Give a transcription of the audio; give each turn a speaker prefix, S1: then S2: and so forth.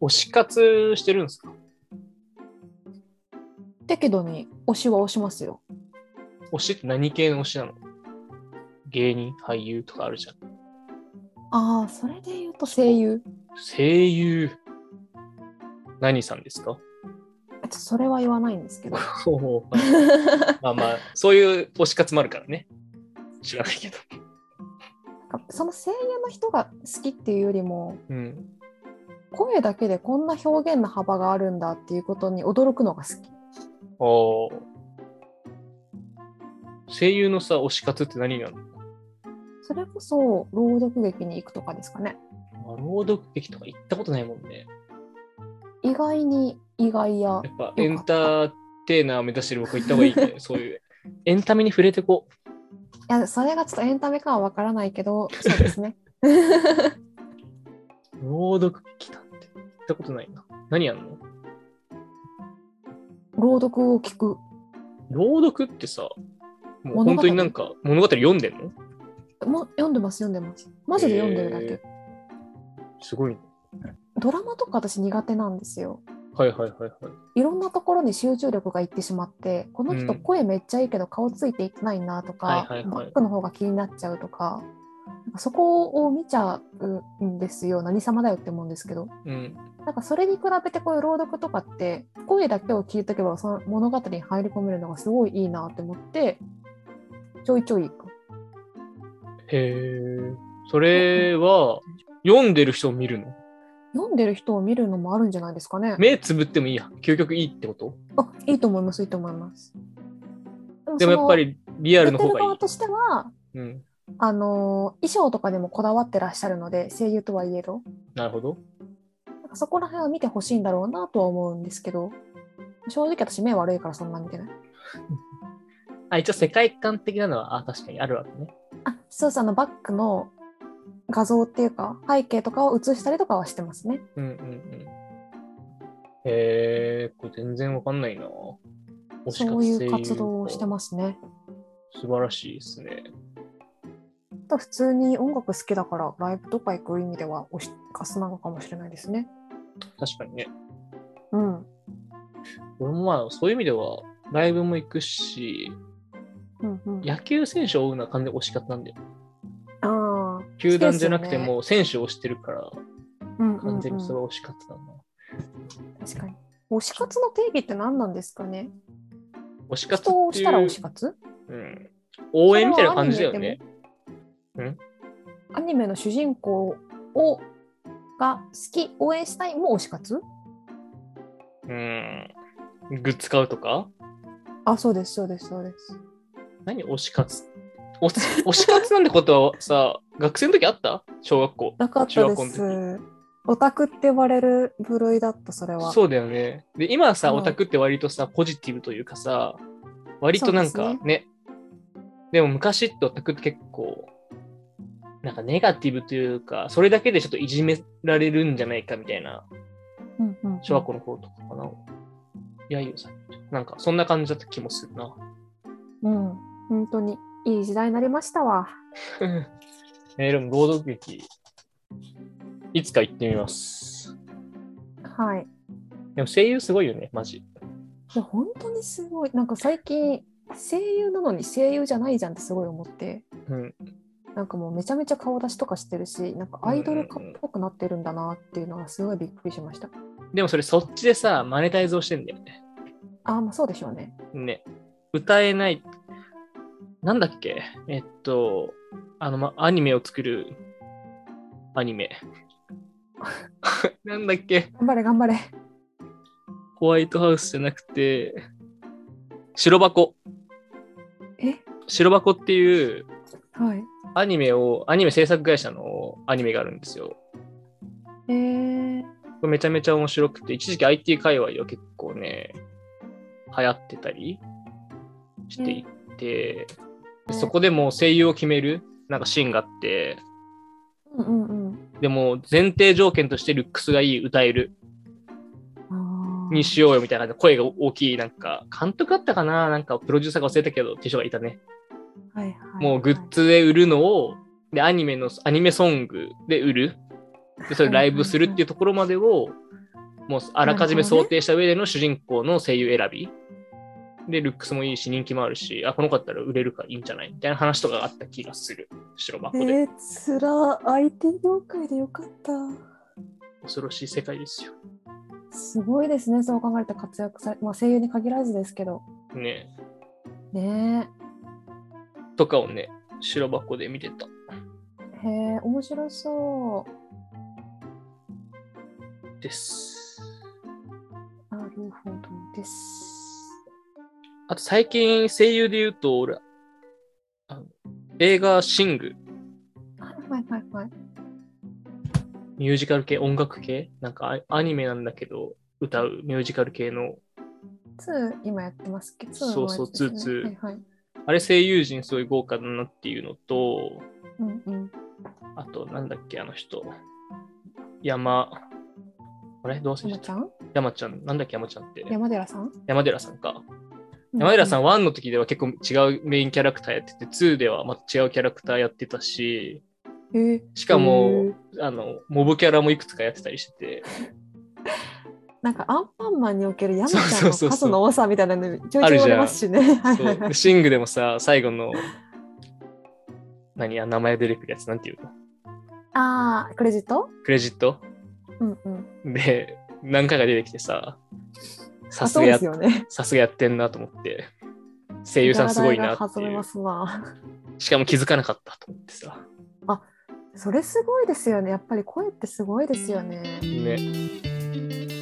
S1: 推し活してるんですか
S2: 適度に推しは推しますよ。
S1: 推しって何系の推しなの芸人、俳優とかあるじゃん。
S2: ああ、それで言うと声優。
S1: 声優。何さんですか
S2: ちょっとそれは言わないんですけ ど。
S1: まあまあ、そういう推し活もあるからね。知らないけど。
S2: なんかその声優の人が好きっていうよりも、
S1: うん。
S2: 声だけでこんな表現の幅があるんだっていうことに驚くのが好き。
S1: おー声優のさ、推し活って何なの
S2: それこそ朗読劇に行くとかですかね。
S1: まあ朗読劇とか行ったことないもんね。
S2: 意外に意外や
S1: や。っぱエンターテイナーを目指してる僕は行った方がいいね。そういう。エンタメに触れてこう。
S2: いや、それがちょっとエンタメかはわからないけど、そうです ね。
S1: 朗読劇なんて行ったことないな。何やんの
S2: 朗読を聞く。
S1: 朗読ってさ、もう
S2: 物
S1: 本
S2: 語
S1: 当になんか物語読んでんの
S2: も読んでます、読んでます。マジで読んでるだけ。
S1: へーすごいね。
S2: ドラマとか私苦手なんですよ。
S1: はいはいはいはい。
S2: いろんなところに集中力がいってしまってこの人
S1: うん
S2: 声めっちゃいいけど顔ついていってないなとか、
S1: はいはいはい
S2: バックの方が気になっちゃうとかなんかそこを見ちゃうんですよ何様だよって思うんですけど
S1: うん。
S2: なんかそれに比べてこういう朗読とかって声だけを聞いとけばその物語に入り込めるのがすごいいいなって思ってちょいちょい行く
S1: へえ。それは、読んでる人を見るの
S2: 読んでる人を見るのもあるんじゃないですかね。
S1: 目つぶってもいいや。究極いいってこと
S2: あいいと思いますいいと思います。
S1: でもやっぱ
S2: り
S1: りリアルの方がい
S2: 側としては
S1: い。うん。
S2: あの衣装とかでもこだわってらっしゃるので声優とはいえど
S1: なるほど。
S2: なんかそこら辺は見てほしいんだろうなとは思うんですけど正直私目悪いからそんな見てない
S1: あ、一応世界観的なのは、あ、確かにあるわけね。
S2: あそうそうあのバックの画像っていうか背景とかを映したりとかはしてますね
S1: うんうんうん。へえ、これ全然わかんないな。推し活
S2: そういう活
S1: 声優か
S2: 動をしてますね
S1: 素晴らしいですね。
S2: あと普通に音楽好きだからライブとか行く意味では推し活なのかもしれないですね
S1: 確かにね。
S2: うん
S1: 俺もまあ、そういう意味では、ライブも行くし、
S2: うんうん
S1: 野球選手を追うのは完全に推し活なんだよ。
S2: あー
S1: 球団じゃなくて
S2: そうですよね
S1: もう選手を推してるから、
S2: うんうんうん
S1: 完全にそれは推し活だな。
S2: 確かに推し活の定義って何なんですかね
S1: 推し活っていう
S2: 人を推したら推し活
S1: うん、応援みたいな感じだよね。
S2: アニメの主人公をが好き応援したいも推し活
S1: うん。グッズ買うとか
S2: あそうですそうですそうです
S1: 何推し活推し推し活なんてことはさ、学生の時あった小学校。
S2: なかったで
S1: 中学校
S2: すオタクって言われる部類だったそれは
S1: そうだよね。で、今さ、
S2: うん
S1: オタクって割とさ、ポジティブというかさ、割となん
S2: そう
S1: か
S2: で
S1: ね、でも昔ってオタクって結構、なんかネガティブというか、それだけでちょっといじめられるんじゃないかみたいな、
S2: うんうん
S1: 小学校の頃とかかな。いや、いいよ、さなんか、そんな感じだった気もするな。
S2: うん本当にいい時代になりましたわ
S1: えーでも朗読劇、いつか行ってみます。
S2: はい
S1: でも声優すごいよね、マジ。
S2: いや本当にすごいなんか最近声優なのに声優じゃないじゃんってすごい思って
S1: うん。
S2: なんかもうめちゃめちゃ顔出しとかしてるしなんかアイドルかっぽくなってるんだなっていうのがすごいびっくりしました
S1: でもそれそっちでさ、マネタイズをしてんだよね。
S2: あまあそうでしょうね
S1: ね。歌えない。なんだっけえっと、あの、ま、アニメを作るアニメ。 なんだっけ
S2: 頑張れ頑張れ
S1: ホワイトハウスじゃなくて、白箱。
S2: え
S1: 白箱っていう
S2: はい
S1: アニメを、アニメ制作会社のアニメがあるんですよ。
S2: えー、
S1: これめちゃめちゃ面白くて、一時期 IT 界隈は結構ね、流行ってたりしていて、でそこでもう声優を決めるなんかシーンがあって、
S2: うんうん
S1: でも前提条件としてルックスがいい、歌える
S2: うん。
S1: にしようよみたいな感じで声が大きい、なんか監督だったかななんかプロデューサーが忘れたけど、っていう人がいたね。
S2: あー、はいはい
S1: もうグッズで売るのを、で、アニメの、アニメソングで売る。で、それライブするっていうところまでを、もうあらかじめ想定した上での主人公の声優選び。で、ルックスもいいし、人気もあるし、あ、この子だったら売れるからいいんじゃないみたいな話とかがあった気がする。白
S3: え
S1: 箱で。
S3: ー、つら IT 業界でよかった
S1: 恐ろしい世界ですよ。
S2: すごいですね、そう考えると活躍され、まあ、声優に限らずですけど。
S1: ね
S2: ね
S1: とかをね、白箱で見てた。
S2: え。へえ、面白そ
S1: です。
S2: う。なるほどです。
S1: あと最近声優で言うと、俺、あの映画シング、
S2: はいはいはいはい。
S1: ミュージカル系、音楽系、なんかアアニメなんだけど、歌うミュージカル系の、
S2: 2今やってますっけど、
S1: そうそう
S2: ツーのやつですね
S1: ツーツ
S2: はいはい。
S1: あれ声優陣すごい豪華だなっていうのと、
S2: うんうん。
S1: あと、なんだっけ、あの人。山、あれどうせ
S2: 山ちゃん
S1: 山ちゃん、なんだっけ、山ちゃんって。
S2: 山寺さん
S1: 山寺さんか。山寺さん、1の時では結構違うメインキャラクターやってて、2ではまた違うキャラクターやってたし、
S2: ん。へえ。
S1: しか
S2: へ
S1: も
S2: ー、
S1: あの、モブキャラもいくつかやってたりしてて、
S2: なんかアンパンマンにおける山ちゃん
S1: そうそうそうそ
S2: の
S1: う
S2: 数の多さみたいなのちょいちょ
S1: あ
S2: い
S1: る
S2: 言
S1: じゃん
S2: われますしね。はい
S1: そ
S2: は
S1: う
S2: いはい
S1: でシングでもさ、最後の、何や、名前出てくるやつ、なんていうの
S2: ああ、クレジット
S1: クレジット
S2: うんうん。
S1: で、何回か出てきてさ、さ
S2: あ、
S1: す
S2: そ
S1: が
S2: うで
S1: や
S2: すよね。
S1: さすがやってんなと思って、声優さんすごいな
S2: ガラ
S1: って
S2: ダイが弾
S1: い
S2: め
S1: う
S2: ま。すな。
S1: しかも気づかなかったと思ってさ。
S2: それすごいですよね。やっぱり声ってすごいですよね。
S1: ね。